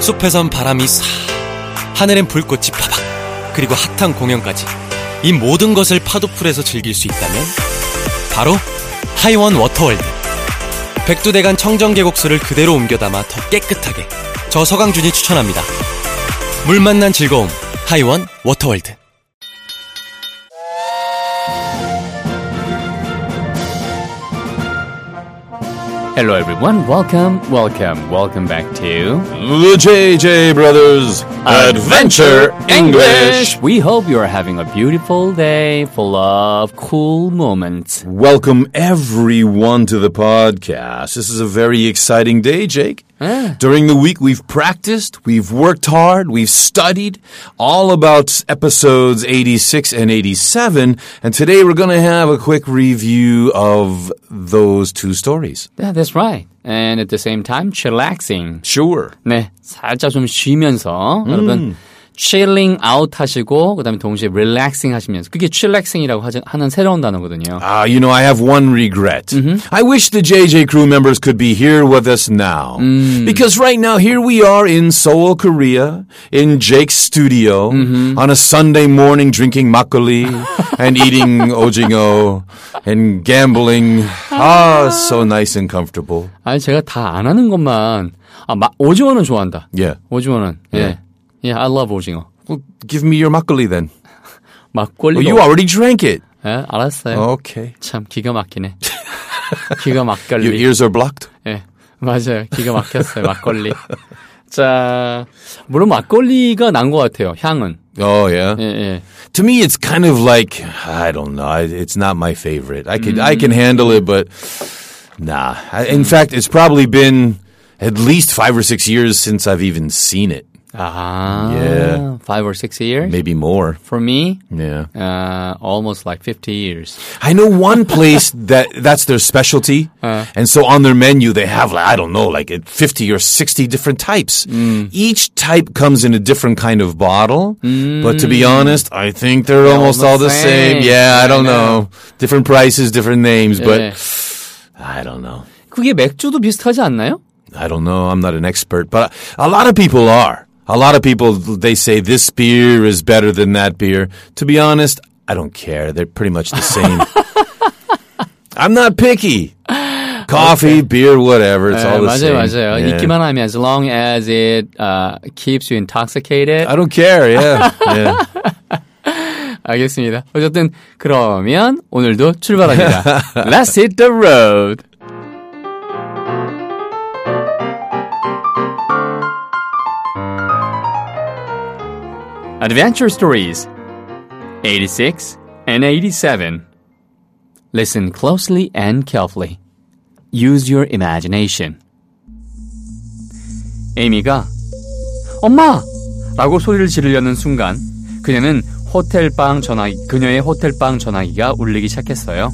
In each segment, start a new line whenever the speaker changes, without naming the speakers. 숲에선 바람이 사 하늘엔 불꽃이 파박 그리고 핫한 공연까지 이 모든 것을 파도풀에서 즐길 수 있다면 바로 하이원 워터월드 백두대간 청정계곡수를 그대로 옮겨 담아 더 깨끗하게 저 서강준이 추천합니다 물 만난 즐거움 하이원 워터월드
Hello, everyone. Welcome, welcome, welcome back to
The JJ Brothers Adventure English.
We hope you are having a beautiful day full of cool moments.
Welcome everyone to the podcast. This is a very exciting day, Jake. During the week, we've practiced, we've worked hard, we've studied all about episodes 86 and 87. And today we're going to have a quick review of those two stories.
Yeah, that's right. And at the same time, chillaxing.
Sure.
네, 살짝 좀 쉬면서
음.
여러분 chilling out 하시고 그다음에 동시에 relaxing 하시면서 그게 chillaxing이라고 하자- 하는 새로운 단어거든요.
Ah, you know, I have one regret. I wish the JJ crew members could be here with us now. Because right now, here we are in Seoul, Korea, in Jake's studio, on a Sunday morning drinking makgeolli and eating ojingo and gambling. Ah, so nice and comfortable.
아니 제가 다 안 하는 것만 아, 마, 오징어는 좋아한다.
Yeah.
오징어는 예. 예, I love 오징어.
Well, give me your makgeolli then.
막걸리.
Well, you already drank it.
예, 알았어요.
Okay.
참 기가 막히네. 기가
Your
막걸리.
ears are blocked?
예, 맞아요. 기가 막혔어요. 막걸리. 자, 물론 막걸리가 난 것 같아요. 향은.
Oh, yeah.
예, 예.
to me it's kind of like I don't know. I- It's not my favorite. I can I can handle it, but nah. I, in fact, it's probably been at least five or six years since I've even seen it.
아,
Yeah. 네.
five or six years.
Maybe more.
For me,
Yeah.
uh, almost like 50 years.
I know one place that that's their specialty, and so on their menu they have like I don't know, like uh, fifty or sixty different types. Each type comes in a different kind of bottle, but to be honest, I think Mm. they're almost
all
all
the
the
same.
same. Yeah,
I
I don't
know.
know. Different prices, different names,
예.
but I don't know.
그게 맥주도 비슷하지 않나요?
I don't know. I'm not an expert, but a lot of people are. A lot of people they say this beer is better than that beer. To be honest, I don't care. They're pretty much the same. I'm not picky. Coffee, beer, whatever. It's
예,
all the
맞아요,
same.
맞아요.
Yeah.
있기만 하면 as long as it uh, keeps you intoxicated.
I don't care. Yeah. yeah.
알겠습니다. 어쨌든 그러면 오늘도 출발합니다. Let's hit the road. Adventure Stories 86 and 87. Listen closely and carefully. Use your imagination. 에이미가 엄마! 라고 소리를 지르려는 순간 그녀는 호텔방 전화기, 그녀의 호텔방 전화기가 울리기 시작했어요.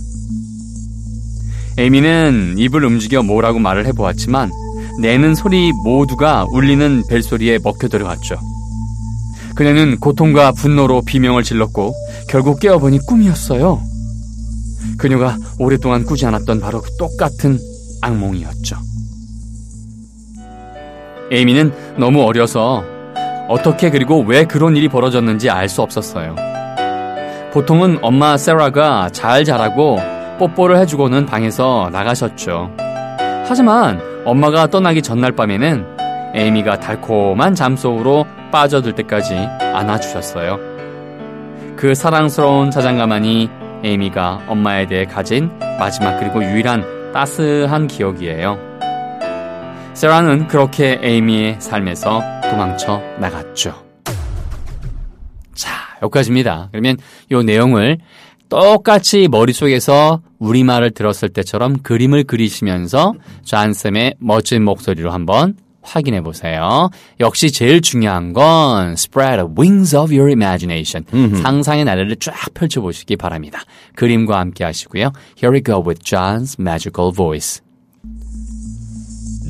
에이미는 입을 움직여 뭐라고 말을 해보았지만 내는 소리 모두가 울리는 벨소리에 먹혀 들어갔죠. 그녀는 고통과 분노로 비명을 질렀고 결국 깨어보니 꿈이었어요. 그녀가 오랫동안 꾸지 않았던 바로 그 똑같은 악몽이었죠. 에이미는 너무 어려서 어떻게 그리고 왜 그런 일이 벌어졌는지 알 수 없었어요. 보통은 엄마 세라가 잘 자라고 뽀뽀를 해주고는 방에서 나가셨죠. 하지만 엄마가 떠나기 전날 밤에는 에이미가 달콤한 잠속으로 빠져들 때까지 안아주셨어요. 그 사랑스러운 자장가만이 에이미가 엄마에 대해 가진 마지막 그리고 유일한 따스한 기억이에요. 세라는 그렇게 에이미의 삶에서 도망쳐 나갔죠. 자, 여기까지입니다. 그러면 이 내용을 똑같이 머릿속에서 우리말을 들었을 때처럼 그림을 그리시면서 존쌤의 멋진 목소리로 한번 확인해 보세요. 역시 제일 중요한 건 spread the wings of your imagination. 상상의 나래를 쫙 펼쳐 보시기 바랍니다. 그림과 함께 하시고요. Here we go with John's magical voice.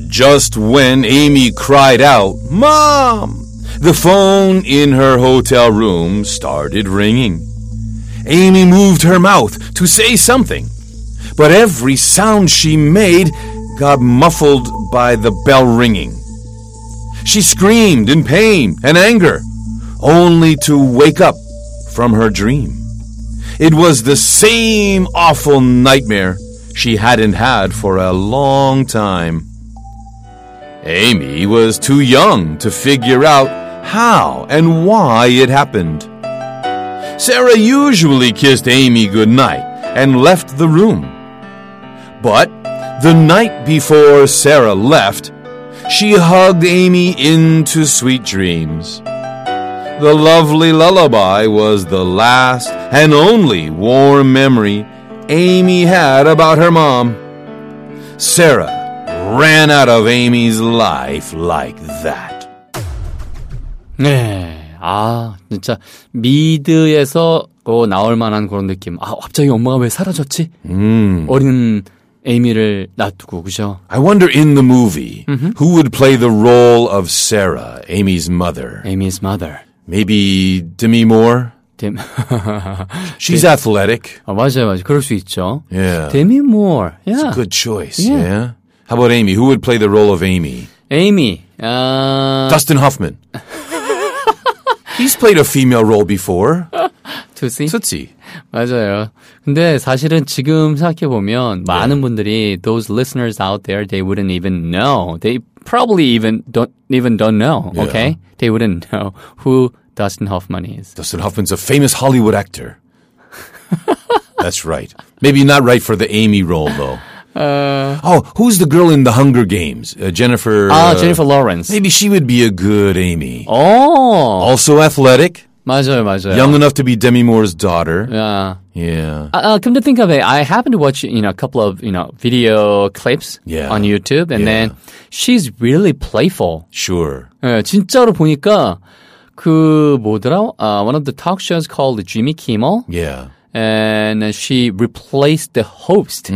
Just when Amy cried out, Mom! The phone in her hotel room started ringing. Amy moved her mouth to say something, but every sound she made got muffled by the bell ringing. She screamed in pain and anger, only to wake up from her dream. It was the same awful nightmare she hadn't had for a long time. Amy was too young to figure out how and why it happened. Sarah usually kissed Amy goodnight and left the room. But the night before Sarah left, she hugged Amy into sweet dreams. The lovely lullaby was the last and only warm memory Amy had about her mom. Sarah ran out of Amy's life like that.
네. 아, 진짜 미드에서 어, 나올 만한 그런 느낌. 아, 갑자기 엄마가 왜 사라졌지? 어린 에이미를 놔두고 그죠?
I wonder in the movie who would play the role of Sarah, Amy's mother.
에이미's mother.
Maybe Demi Moore?
데...
She's athletic.
아, 맞아요, 맞아요. 그럴 수 있죠.
Yeah.
데미 모어. 야.
Good choice.
Yeah.
Yeah. How about Amy? Who would play the role of Amy?
에이미. 아,
Dustin Hoffman. He's played a female role before.
투시.
Tootsie.
맞아요. 근데 사실은 지금 생각해보면 많은 분들이 those listeners out there they wouldn't even know. They probably even don't even don't know.
Yeah.
Okay? They wouldn't know who Dustin Hoffman is.
Dustin Hoffman's a famous Hollywood actor. That's right. Maybe not right for the Amy role though.
Uh.
oh, who's the girl in the Hunger Games? Uh, Jennifer.
아,
uh,
제니퍼 로렌스.
Maybe she would be a good Amy.
어.
Also athletic,
Oh! 맞아요, 맞아요.
young enough to be Demi Moore's daughter.
야.
Yeah.
Uh, come to think of it, I happened to watch you know a couple of you know video clips
Yeah.
on YouTube, and
Yeah.
then she's really playful.
Sure.
예, 진짜로 보니까 그 뭐더라? 아, one of the talk shows called Jimmy Kimmel,
Yeah.
and she replaced the host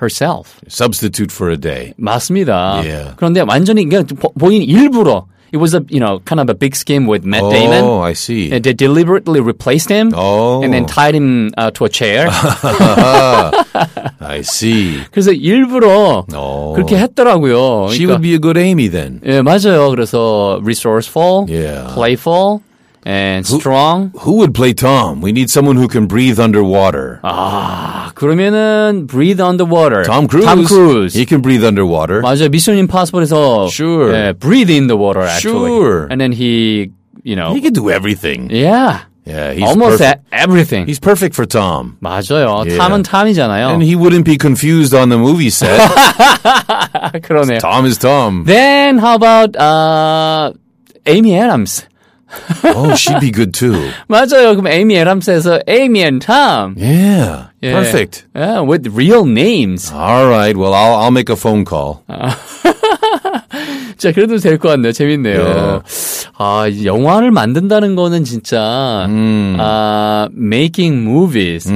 herself.
Substitute for a day.
Mm-hmm. 맞습니다.
Yeah.
그런데 완전히 그냥 보- 본인 일부러 it was a you know kind of a big scheme with Matt Damon.
Oh, I see.
And they deliberately replaced him
Oh.
and then tied him uh, to a chair.
I see.
그래서 일부러
Oh.
그렇게 했더라고요.
She
그러니까-
would be a good Amy then.
예, 맞아요. 그래서 resourceful,
Yeah.
playful, and strong.
Who would play Tom? We need someone who can breathe underwater.
아, 그러면은 breathe underwater.
Tom Cruise.
Ah. Tom Cruise.
He can breathe underwater.
맞아요. 미션 임파서블에서
Sure.
예, breathe in the water actually.
Sure.
And then he, you know.
He could do everything.
yeah.
Yeah, he's
almost e-
perfect.
everything.
He's perfect for Tom.
맞아요.
Yeah.
탐은 탐이잖아요.
And he wouldn't be confused on the movie set.
아, 그러네요.
Tom is Tom.
Then how about uh, Amy Adams?
oh, she'd be good too.
맞아요. 그럼 Amy Adams에서 Amy and Tom.
Yeah.
예.
Perfect.
Yeah, with real names.
All right. Well, I'll, I'll make a phone call.
Uh. 진짜 그래도 될 것 같네요. 재밌네요.
예.
아, 이 영화를 만든다는 거는 진짜
음.
아, making movies.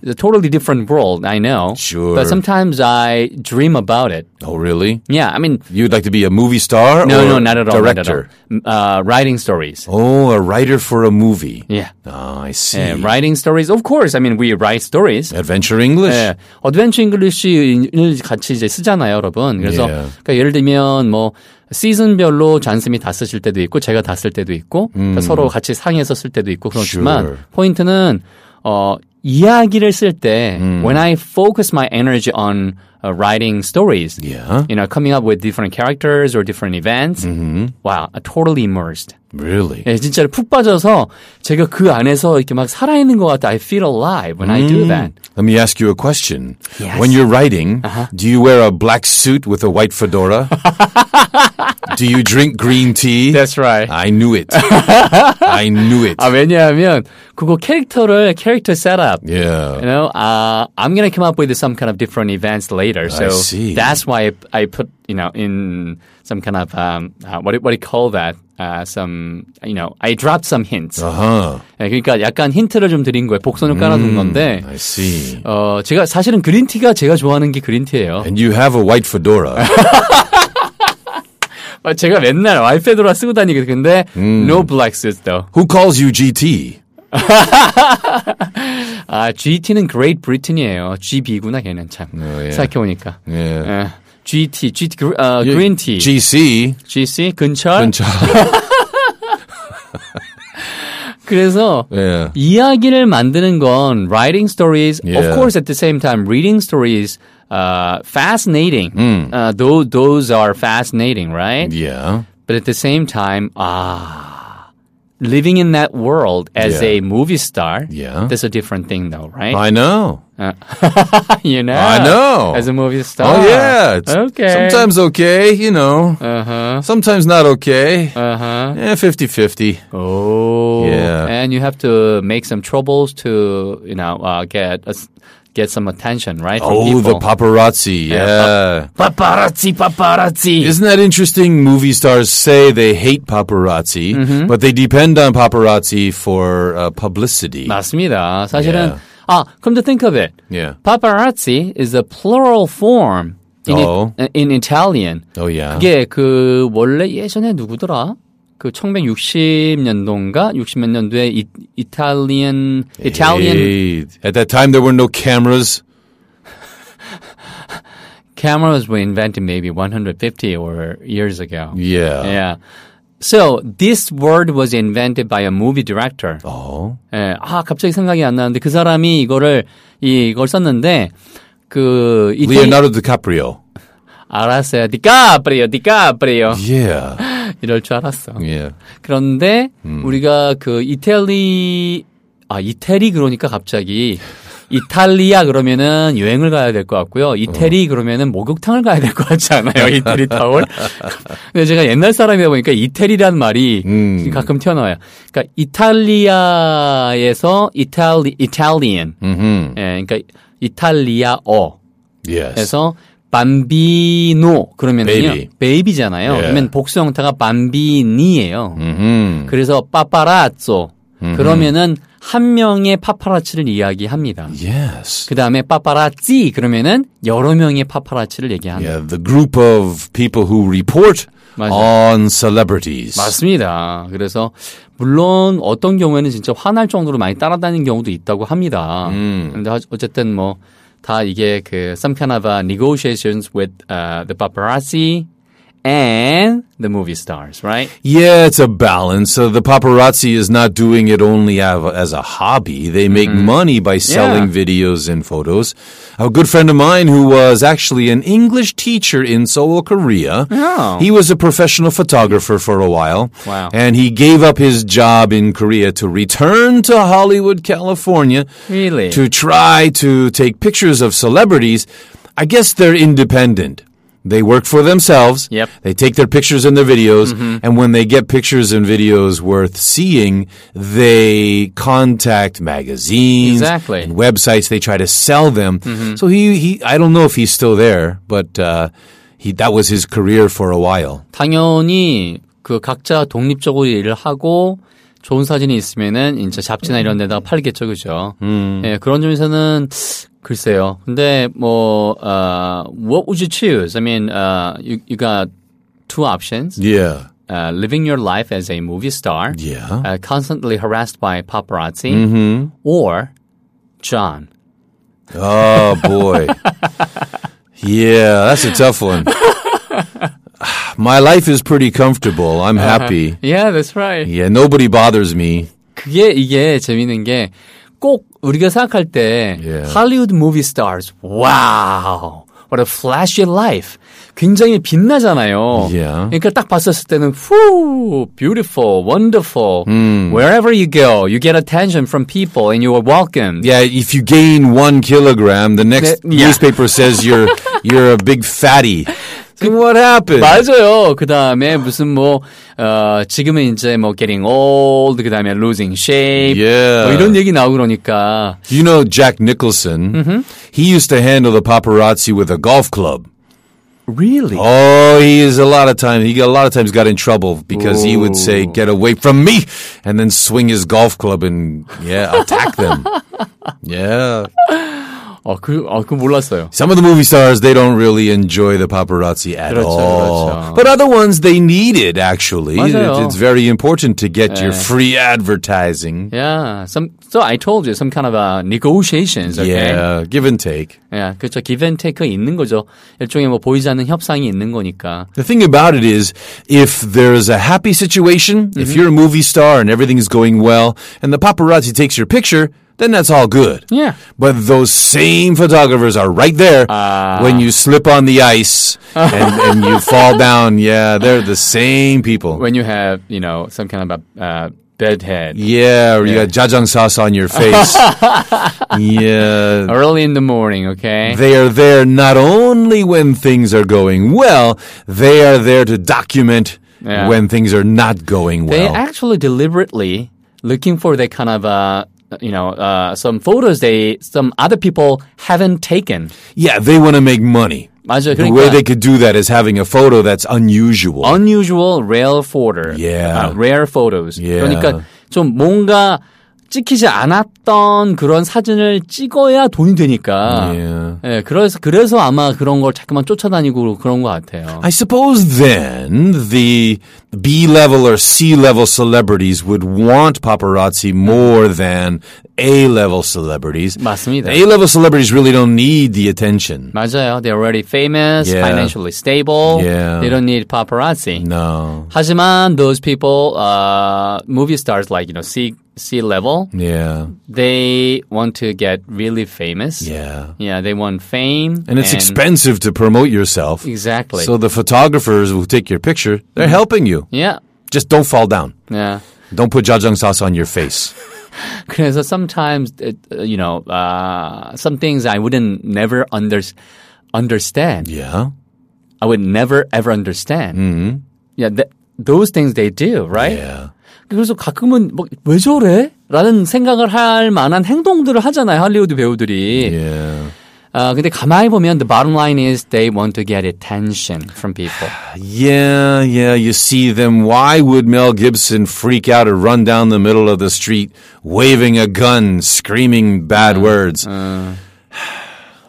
It's a totally different world, I know.
Sure.
But sometimes I dream about it.
Oh, really?
Yeah, I mean
You'd like to be a movie star?
no, no,
or
not at all. not at all.
Director.
M- Uh, writing stories.
Oh, a writer for a movie.
Yeah.
Oh, I see.
Yeah, writing stories. Of course. I mean, we write stories.
Adventure English.
예, 어드벤처 잉글리시를 같이 이제 쓰잖아요, 여러분. 그래서
예.
그러니까 예를 들면 뭐 시즌별로 잔슨이 다 쓰실 때도 있고 제가 다 쓸 때도 있고 그러니까 서로 같이 상의해서 쓸 때도 있고 그렇지만
음. Sure.
포인트는 어 이야기를 쓸 때
음.
when I focus my energy on uh, writing stories,
Yeah.
you know, coming up with different characters or different events,
Mm-hmm.
wow, I'm totally immersed.
Really?
예, 진짜로 푹 빠져서 제가 그 안에서 이렇게 막 살아있는 것 같아. I feel alive when I
음.
do that.
Let me ask you a question.
Yes. Uh-huh.
When you're writing, do you wear a black suit with a white fedora? do you drink green tea?
That's right.
I knew it. I knew it.
아, 왜냐하면 그거 캐릭터를 캐릭터 셋업
yeah.
You know, uh, I'm gonna come up with some kind of different events later. So
I see.
that's why I, I put, you know, in some kind of um, uh, what do- what do you call that? Uh, some, you know, I dropped some hints.
Uh huh.
예, 그러니까 약간 힌트를 좀 드린 거예요.
음.
복선을 깔아둔 건데,
I see.
어, 제가 사실은 그린티가 제가 좋아하는 게 그린티예요.
And you have a white fedora.
아, 제가 맨날 와이페도라 쓰고 다니거든요. 근데
음.
no black suit though.
Who calls you GT?
아, GT는 Great Britain이에요. GB구나 걔는 참.
예.
생각해 보니까.
Yeah.
예. GT, GT, 그- 아, 그린티, G,
GC.
GC, 근철.
근처.
그래서
예.
이야기를 만드는 건 writing stories,
Yeah.
of course, at the same time, reading stories, uh, fascinating. Uh, those those are fascinating, right?
Hmm. Yeah.
But at the same time, ah, living in that world as
Yeah.
a movie star,
Yeah.
that's a different thing, though, right?
I know.
you know,
I know.
as a movie star.
Oh yeah. It's
Ah, okay.
Sometimes okay, you know.
Uh huh.
Sometimes not okay. Eh,
Uh huh.
Yeah, 50-50.
Oh,
Yeah.
And you have to make some troubles to, you know, uh, get us get some attention, right? from
Oh,
people.
the paparazzi.
Yeah,
Yeah.
paparazzi, paparazzi.
Isn't that interesting? Movie stars say they hate paparazzi,
Mm-hmm.
but they depend on paparazzi for uh, publicity.
맞습니다. 사실은
Yeah.
아, come to think of it,
Yeah.
paparazzi is a plural form in
Oh.
it- uh, in Italian.
Oh yeah.
그게 그 원래 예전에 누구더라? 그 1960년도인가 60몇 년도에 이, 이탈리안 이탈리안
Hey, at that time there were no cameras.
cameras were invented maybe 150 or years ago.
Yeah.
Yeah. So this word was invented by a movie director.
Oh.
예, 아 갑자기 생각이 안 나는데 그 사람이 이거를 이, 이걸 썼는데 그 이태리-
Leonardo DiCaprio.
알았어요. 디카프리오, 디카프리오
Yeah.
이럴 줄 알았어.
Yeah.
그런데 우리가 그 이태리 아 이태리 그러니까 갑자기 이탈리아 그러면은 여행을 가야 될 것 같고요. 이태리 그러면은 목욕탕을 가야 될 것 같지 않아요? 이태리 타월. 근데 제가 옛날 사람이다 보니까 이태리란 말이
음.
가끔 튀어나와요. 그러니까 이탈리아에서 이탈리 이탈리안.
Mm-hmm.
예, 그러니까 이탈리아어.
Yes.
그래서 밤비노 그러면은요
Baby.
베이비잖아요.
예.
그러면 복수 형태가 밤비니예요.
Mm-hmm.
그래서 빠빠라쪼 그러면은 한 명의 파파라치를 이야기합니다.
Yes.
그 다음에 빠빠라찌 그러면은 여러 명의 파파라치를 얘기합니다.
Yeah, the group of people who report
맞아요.
on celebrities.
맞습니다. 그래서 물론 어떤 경우에는 진짜 화날 정도로 많이 따라다니는 경우도 있다고 합니다. 근데 하- 어쨌든 뭐 다 이게 그 some kind of a negotiations with uh, the paparazzi and the movie stars, right?
Yeah, it's a balance. Uh, the paparazzi is not doing it only av- as a hobby. They make
Mm-hmm.
money by selling videos and photos. A good friend of mine who was actually an English teacher in Seoul, Korea.
Oh.
He was a professional photographer for a while.
Wow.
And he gave up his job in Korea to return to Hollywood, California
Really?
to try to take pictures of celebrities. I guess they're independent. They work for themselves.
Yep. Mm-hmm.
They take their pictures and their videos, and when they get pictures and videos worth seeing, they contact magazines
Exactly. Mm-hmm.
and websites. They try to sell them. So he, he, I don't know if he's still there, but uh, he that was his career for a while.
당연히 그 각자 독립적으로 일을 하고 좋은 사진이 있으면은 이제 잡지나 이런 데다가 팔겠죠, 그죠? 예, 그런 점에서는 글쎄요. 근데 뭐 어, what would you choose? I mean, uh, you you got two options.
Yeah.
Uh, living your life as a movie star,
Yeah.
uh, constantly harassed by paparazzi, or John.
Oh boy. yeah, that's a tough one. My life is pretty comfortable. I'm happy.
Yeah, that's right.
Yeah, nobody bothers me.
그게 이게 재밌는 게 꼭 우리가 생각할 때
Yeah.
할리우드 무비 스타즈 와우 what a flashy life 굉장히 빛나잖아요.
Yeah.
그러니까 딱 봤었을 때는 whoo beautiful wonderful wherever you go you get attention from people and you are welcomed.
Yeah, if you gain one kilogram, the next
Ne- yeah.
newspaper says you're you're a big fatty. So what happened?
맞아요. 그 다음에 무슨 뭐, 어, 지금은 이제 뭐 getting old, 그 다음에 losing shape.
Yeah.
뭐 이런 얘기 나오고 그러니까.
You know Jack Nicholson.
Mm-hmm.
He used to handle the paparazzi with a golf club.
Really?
Oh, he is a lot of time. He a lot of times got in trouble because he would say, "Get away from me," and then swing his golf club and yeah, attack them. yeah.
어, 그, 어, 그 몰랐어요.
Some of the movie stars, they don't really enjoy the paparazzi at
그렇죠,
all.
그렇죠.
But other ones, they need it, actually.
맞아요.
It- It's very important to get
네.
your free advertising.
Yeah, some, so I told you some kind of a negotiations. Okay?
Yeah, give and take.
예, 그렇죠. give and take 있는 거죠. 일종의 뭐 보이지 않는 협상이 있는 거니까.
The thing about it is, if there's a happy situation, if
Mm-hmm.
you're a movie star and everything is going well, and the paparazzi takes your picture, then that's all good.
Yeah.
But those same photographers are right there
Ah.
when you slip on the ice and, and you fall down. Yeah, they're the same people.
When you have, you know, some kind of a uh, bad head
Yeah, or you got jajang sauce on your face. yeah.
early in the morning, okay?
They are there not only when things are going well, they are there to document
Yeah.
when things are not going
They
well.
actually deliberately looking for that kind of uh, you know, uh, some photos they some other people haven't taken.
yeah, they want to make money.
맞아요.
The
그러니까
way they could do that is having a photo that's unusual.
unusual rare photo. 아,
Yeah.
rare photos.
Yeah.
그러니까 좀 뭔가 찍히지 않았던 그런 사진을 찍어야 돈이 되니까.
Yeah.
예, 그래서 그래서 아마 그런 걸 자꾸만 쫓아다니고 그런 것 같아요.
I suppose then the B level or C level celebrities would want paparazzi more than A level celebrities.
맞습니다.
A level celebrities really don't need the attention.
맞아요. They're already famous,
Yeah.
financially stable.
Yeah. Mm.
They don't need paparazzi.
No.
하지만 those people, uh, movie stars like you know C C level,
Yeah.
they want to get really famous.
Yeah.
Yeah, they want fame,
And it's expensive to promote yourself.
Exactly.
So the photographers who take your picture, they're helping you.
yeah,
Just don't fall down.
yeah.
Don't put jajang sauce on your face.
그래서 sometimes it, uh, you know uh, some things I wouldn't never under, understand.
Yeah.
I would never ever understand. Yeah, that, those things they do, right?
Yeah.
그래서 가끔은 뭐, 막왜 저래? 라는 생각을 할 만한 행동들을 하잖아요, 할리우드 배우들이.
Yeah.
아, 근데 가만히 보면 the bottom line is they want to get attention from people.
Yeah, yeah, you see them. Why would Mel Gibson freak out or run down the middle of the street waving a gun, screaming
Uh,
bad words?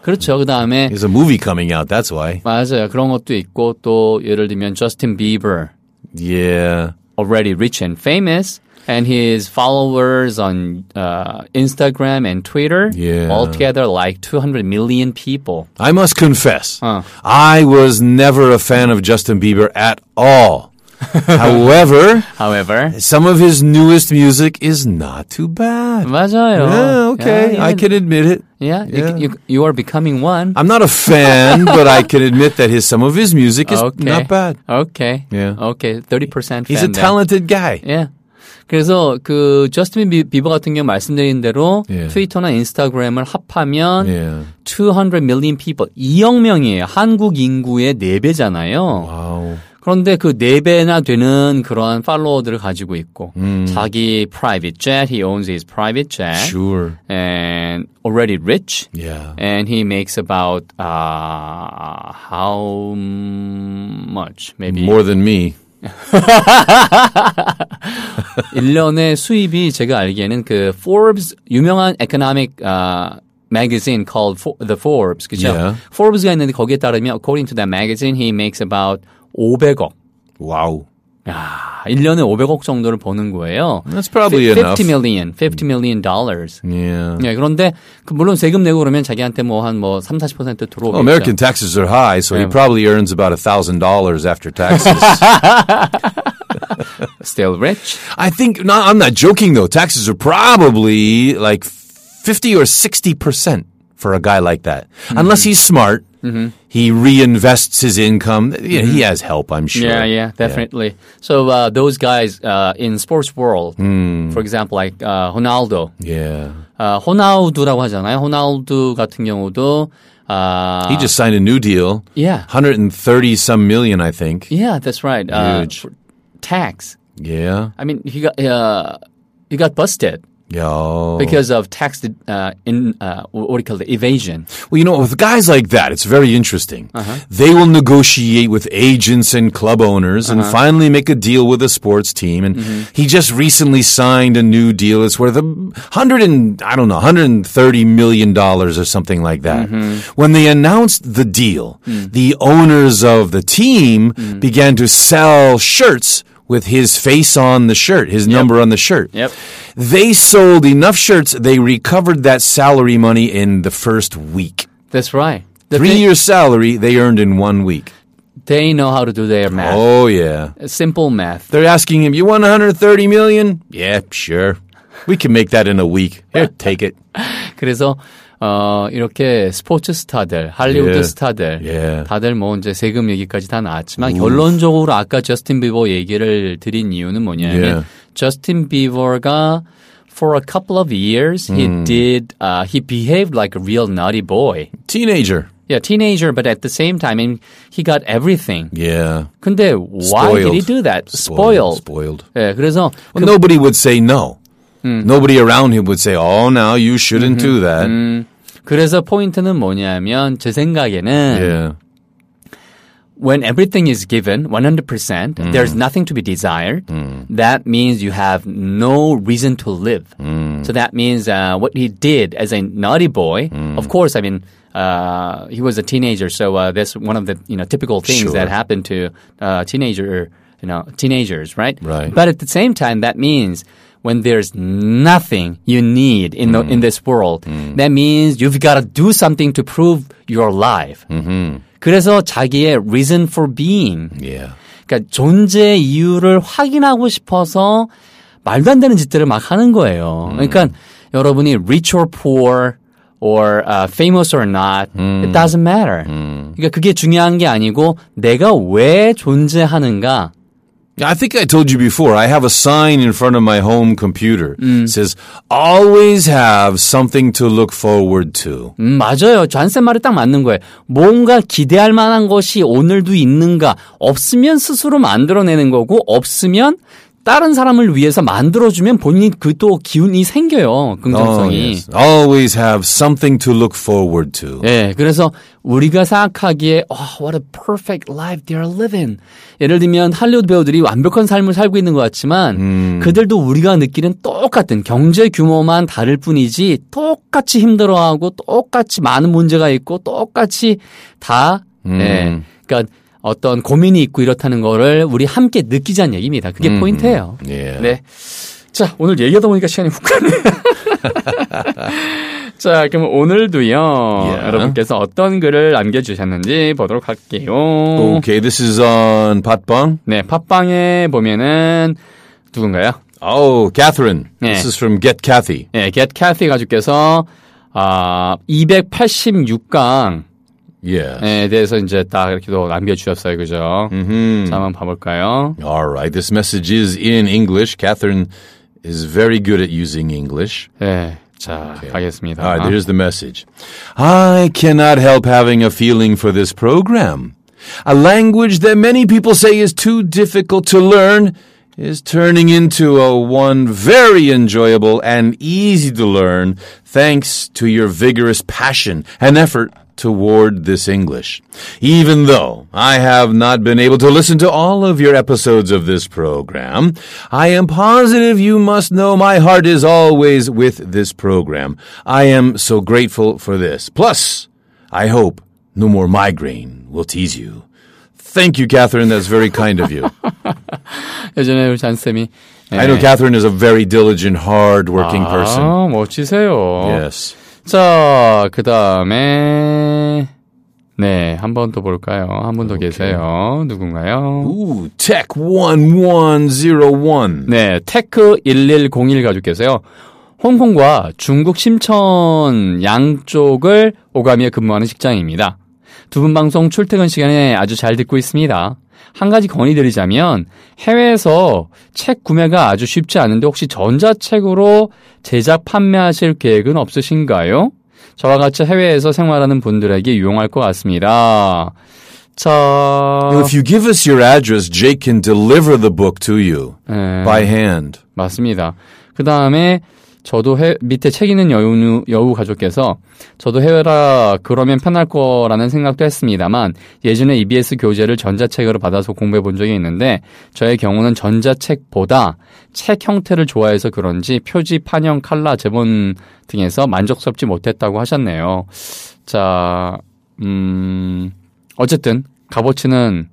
그렇죠. 그다음에
There's a movie coming out, that's why.
맞아요. 그런 것도 있고 또 예를 들면 Justin Bieber
Yeah.
already rich and famous and his followers on uh, Instagram and Twitter
Yeah.
altogether like 200 million people.
I must confess,
Huh.
I was never a fan of Justin Bieber at all. However,
However,
some of his newest music is not too bad.
맞아요.
Yeah, okay,
Yeah,
I
even-
can admit it.
Yeah,
Yeah.
You, you, you are becoming one.
I'm not a fan, but I can admit that his some of his music is not bad.
Okay.
Yeah.
Okay. 30%
He's
fan there.
a talented guy.
예. 그래서 그 저스틴 비- 비버 같은 경우 말씀드린 대로
예.
트위터나 인스타그램을 합하면
Yeah.
200 million people 2억 명이에요. 한국 인구의 4배잖아요.
Wow.
그런데 그 4배나 되는 그러한 팔로워들을 가지고 있고
음.
자기 private jet he owns his private jet
Sure.
and already rich
Yeah.
and he makes about uh, how much maybe
More than me.
1년의 수입이 제가 알기에는 그 Forbes 유명한 economic 아, magazine called For- The Forbes 그죠?
Yeah.
Forbes가 있는데 거기에 따르면 according to that magazine he makes about 500억.
Wow.
야, 1년에 500억 정도를 버는 거예요.
That's probably
Fi-
enough.
50 million, 50 million dollars.
Yeah.
예, 그런데 그 물론 세금 내고 그러면 자기한테 뭐 한 뭐 3, 40% 들어오겠죠.
Well, Oh, American taxes are high, so he
Yeah.
probably earns about a thousand dollars after taxes.
still rich.
I think no, I'm not joking though. Taxes are probably like fifty or sixty percent for a guy like that,
Mm-hmm.
unless he's smart. He reinvests his income. Yeah, He has help, I'm sure.
Mm-hmm. Yeah, yeah, definitely. So uh, those guys uh, in sports world, for example, like uh, Ronaldo,
Yeah.
아, 호나우두라고 하잖아요. 호나우두 같은 경우도 아,
He just signed a new deal.
Uh, Yeah.
130 some million, I think.
yeah, that's right.
Huge.
Uh, tax.
Yeah.
I mean, he got uh, he got busted
Yo.
because of tax uh, in uh, what do you call it evasion.
Well, you know, with guys like that, it's very interesting. They will negotiate with agents and club owners and finally make a deal with a sports team. And he just recently signed a new deal. It's worth a hundred and, I don't know, $130 million dollars or something like that. When they announced the deal, the owners of the team began to sell shirts with his face on the shirt, his number on the shirt.
Yep.
They sold enough shirts, they recovered that salary money in the first week.
That's right. The
Three
thing-
years' salary they earned in one week.
They know how to do their math.
Oh, yeah.
Simple math.
They're asking him, You want 130 million? Yeah, sure. We can make that in a week. Here, take it.
그래서 어, 이렇게 스포츠 스타들, 할리우드
예.
스타들,
예.
다들 뭐 이제 세금 얘기까지 다 나왔지만 결론적으로 아까 저스틴 비버 얘기를 드린 이유는 뭐냐면
예.
저스틴 비버가 for a couple of years he
Hmm.
did uh, he behaved like a real naughty boy.
Teenager.
Yeah, teenager, but at the same time, and he got everything.
Yeah.
근데 why did he
Spoiled.
do that? Spoiled.
Spoiled.
예, 그래서
Well, nobody would say no.
Hmm.
Nobody around him would say, Oh, now you shouldn't
Mm-hmm.
do that.
Mm. 그래서 포인트는 뭐냐면 제 생각에는
Yeah.
when everything is given 100%, there's nothing to be desired. That means you have no reason to live. So that means uh, what he did as a naughty boy. Of course, I mean uh, he was a teenager, so uh, that's one of the you know typical things
Sure.
that happen to uh, teenager you know teenagers, right?
Right.
But at the same time, that means. When there's nothing you need in the, in this world, that means you've got to do something to prove you're alive. 그래서 자기의 reason for being,
Yeah.
그러니까 존재 이유를 확인하고 싶어서 말도 안 되는 짓들을 막 하는 거예요. 그러니까 여러분이 rich or poor or uh, famous or not, it doesn't matter. 그러니까 그게 중요한 게 아니고 내가 왜 존재하는가.
Yeah, I think I told you before. I have a sign in front of my home computer. It says, "Always have something to look forward to."
음, 맞아요. 잔센 말이 딱 맞는 거예요. 뭔가 기대할 만한 것이 오늘도 있는가? 없으면 스스로 만들어내는 거고, 없으면 다른 사람을 위해서 만들어주면 본인 그 또 기운이 생겨요.
Oh,
긍정성이.
yes. Always have something to look forward to.
예, 그래서 우리가 생각하기에 oh, what a perfect life they are living. 예를 들면 할리우드 배우들이 완벽한 삶을 살고 있는 것 같지만 그들도 우리가 느끼는 똑같은 경제 규모만 다를 뿐이지 똑같이 힘들어하고 똑같이 많은 문제가 있고 똑같이 다 예, 그러니까 어떤 고민이 있고 이렇다는 거를 우리 함께 느끼자는 얘기입니다. 그게 포인트예요.
예.
네. 자, 오늘 얘기하다 보니까 시간이 훅 가네. 자, 그럼 오늘도요,
예.
여러분께서 어떤 글을 남겨주셨는지 보도록 할게요.
Okay, this is on Patbang.
네, 팟빵에 보면은 누군가요?
Oh, Catherine.
Yeah.
This is from Get Kathy.
네, Get Cathy 가족께서, 아, 286강에 예,
Yeah.
대해서 이제 딱 이렇게 또 남겨주셨어요. 그죠? 자, 한번 봐볼까요?
All right. This message is in English. Catherine is very good at using English.
네, 자, 가겠습니다.
All right, here's the message. I cannot help having a feeling for this program. A language that many people say is too difficult to learn is turning into a one very enjoyable and easy to learn thanks to your vigorous passion and effort toward this English. Even though I have not been able to listen to all of your episodes of this program, I am positive you must know my heart is always with this program. I am so grateful for this. Plus, I hope no more migraine will tease you. Thank you, Catherine. That's very kind of you.
예전에 우리 잔쌤이. 예.
I know Catherine is a very diligent, hard-working person. 예.
아, 멋지세요.
Yes.
자, 그 다음에, 네, 한 번 더 볼까요? 한 분 더 계세요. 누군가요?
Ooh, Tech 1101.
네, 테크1101 가족께서요. 홍콩과 중국 심천 양쪽을 오가며 근무하는 직장입니다. 두 분 방송 출퇴근 시간에 아주 잘 듣고 있습니다. 한 가지 건의드리자면 해외에서 책 구매가 아주 쉽지 않은데 혹시 전자책으로 제작 판매하실 계획은 없으신가요? 저와 같이 해외에서 생활하는 분들에게 유용할 것 같습니다. 자,
Well, if you give us your address,
Eh.
Jake can deliver the book to you
예.
by hand.
맞습니다. 그 다음에 저도 해, 밑에 책 있는 여우, 여우 가족께서 저도 해외라 그러면 편할 거라는 생각도 했습니다만 예전에 EBS 교재를 전자책으로 받아서 공부해 본 적이 있는데 저의 경우는 전자책보다 책 형태를 좋아해서 그런지 표지, 판형, 칼라, 제본 등에서 만족스럽지 못했다고 하셨네요. 자, 음, 어쨌든 값어치는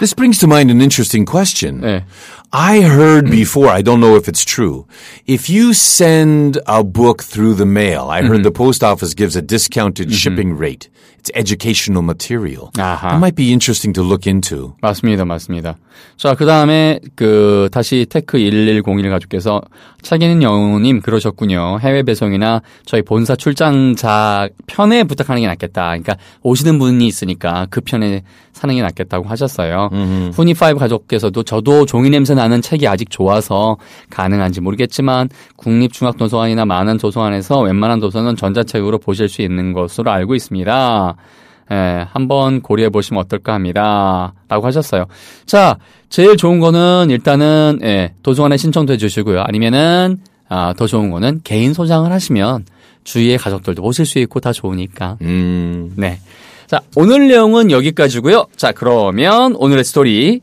This brings to mind an interesting question.
네.
I heard before, I don't know if it's true. If you send a book through the mail, I heard the post office gives a discounted shipping rate. It's educational material.
아하.
That might be interesting to look into.
맞습니다, 맞습니다. 자, 그 다음에, 그, 다시 테크1101 가족께서, 차기는 영우님, 그러셨군요. 해외 배송이나 저희 본사 출장자 편에 부탁하는 게 낫겠다. 그러니까, 오시는 분이 있으니까 그 편에 사는 게 낫겠다고 하셨어요. 후니5 가족께서도 저도 종이 냄새 나는 책이 아직 좋아서 가능한지 모르겠지만, 국립중앙도서관이나 많은 도서관에서 웬만한 도서는 전자책으로 보실 수 있는 것으로 알고 있습니다. 예, 한번 고려해 보시면 어떨까 합니다. 라고 하셨어요. 자, 제일 좋은 거는 일단은, 예, 도서관에 신청도 해주시고요. 아니면은, 아, 더 좋은 거는 개인 소장을 하시면 주위의 가족들도 보실 수 있고 다 좋으니까.
Hmm,
네. 자, 오늘 내용은 여기까지고요. 자, 그러면 오늘의 스토리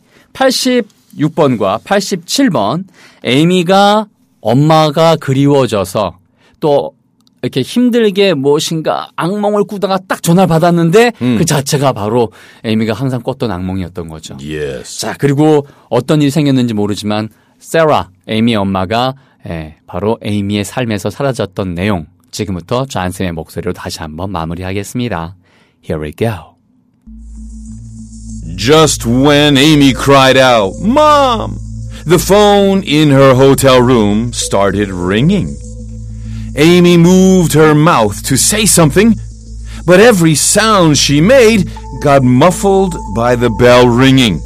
86번과 87번 에이미가 엄마가 그리워져서 또 이렇게 힘들게 무엇인가 악몽을 꾸다가 딱 전화를 받았는데 그 자체가 바로 에이미가 항상 꿨던 악몽이었던 거죠.
Yes.
자, 그리고 어떤 일이 생겼는지 모르지만 세라, 에이미의 엄마가 예, 바로 에이미의 삶에서 사라졌던 내용. 지금부터 존쌤의 목소리로 다시 한번 마무리하겠습니다. Here we go.
Just when Amy cried out, Mom! The phone in her hotel room started ringing. Amy moved her mouth to say something, but every sound she made got muffled by the bell ringing.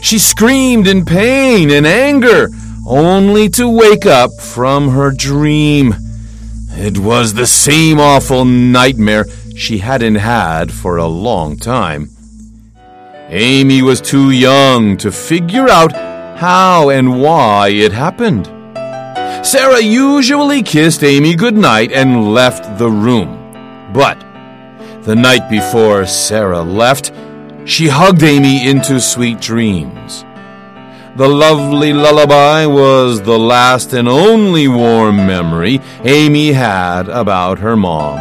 She screamed in pain and anger, only to wake up from her dream. It was the same awful nightmare she hadn't had for a long time. Amy was too young to figure out how and why it happened. Sarah usually kissed Amy goodnight and left the room. But the night before Sarah left, she hugged Amy into sweet dreams. The lovely lullaby was the last and only warm memory Amy had about her mom.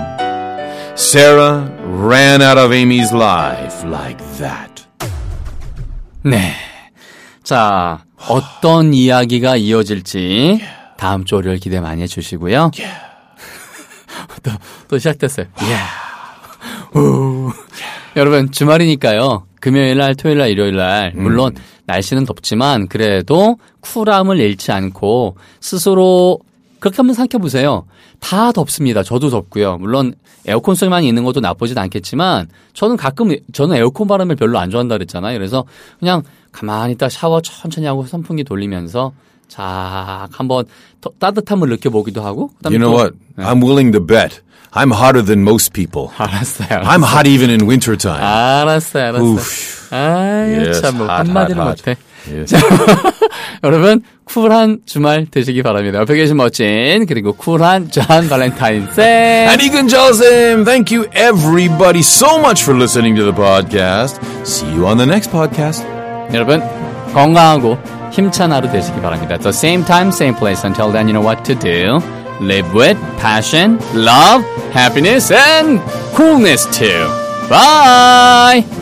Sarah ran out of Amy's life like that.
네. 자, 어떤 이야기가 이어질지 다음 주 월요일 기대 많이 해주시고요. 또, 또 시작됐어요. 오. 여러분, 주말이니까요. 금요일 날, 토요일 날, 일요일 날, 물론 날씨는 덥지만 그래도 쿨함을 잃지 않고 스스로 그렇게 한번 생각해 보세요. 다 덥습니다. 저도 덥고요. 물론 에어컨 소리만 있는 것도 나쁘진 않겠지만 저는 가끔 저는 에어컨 바람을 별로 안 좋아한다 그랬잖아요. 그래서 그냥 가만히 있다 샤워 천천히 하고 선풍기 돌리면서 자 한번 더 따뜻함을 느껴보기도 하고. 그다음에
You know
또-
what? I'm willing to bet I'm hotter than most people.
알았어요.
I'm hot even in wintertime.
알았어요, 알았어요.
우후.
아유,
Yes,
참, 뭐
hot,
한마디를
hot,
못해.
hot. Yes.
여러분, 쿨한 주말 되시기 바랍니다. 옆에 계신 멋진, 그리고 쿨한 존 발렌타인 쌤.
And Egan Jalsim, thank you everybody so much for listening to the podcast. See you on the next podcast.
여러분, 건강하고 힘찬 하루 되시기 바랍니다. At the same time, same place. Until then, you know what to do. Live with passion, love, happiness, and coolness too. Bye!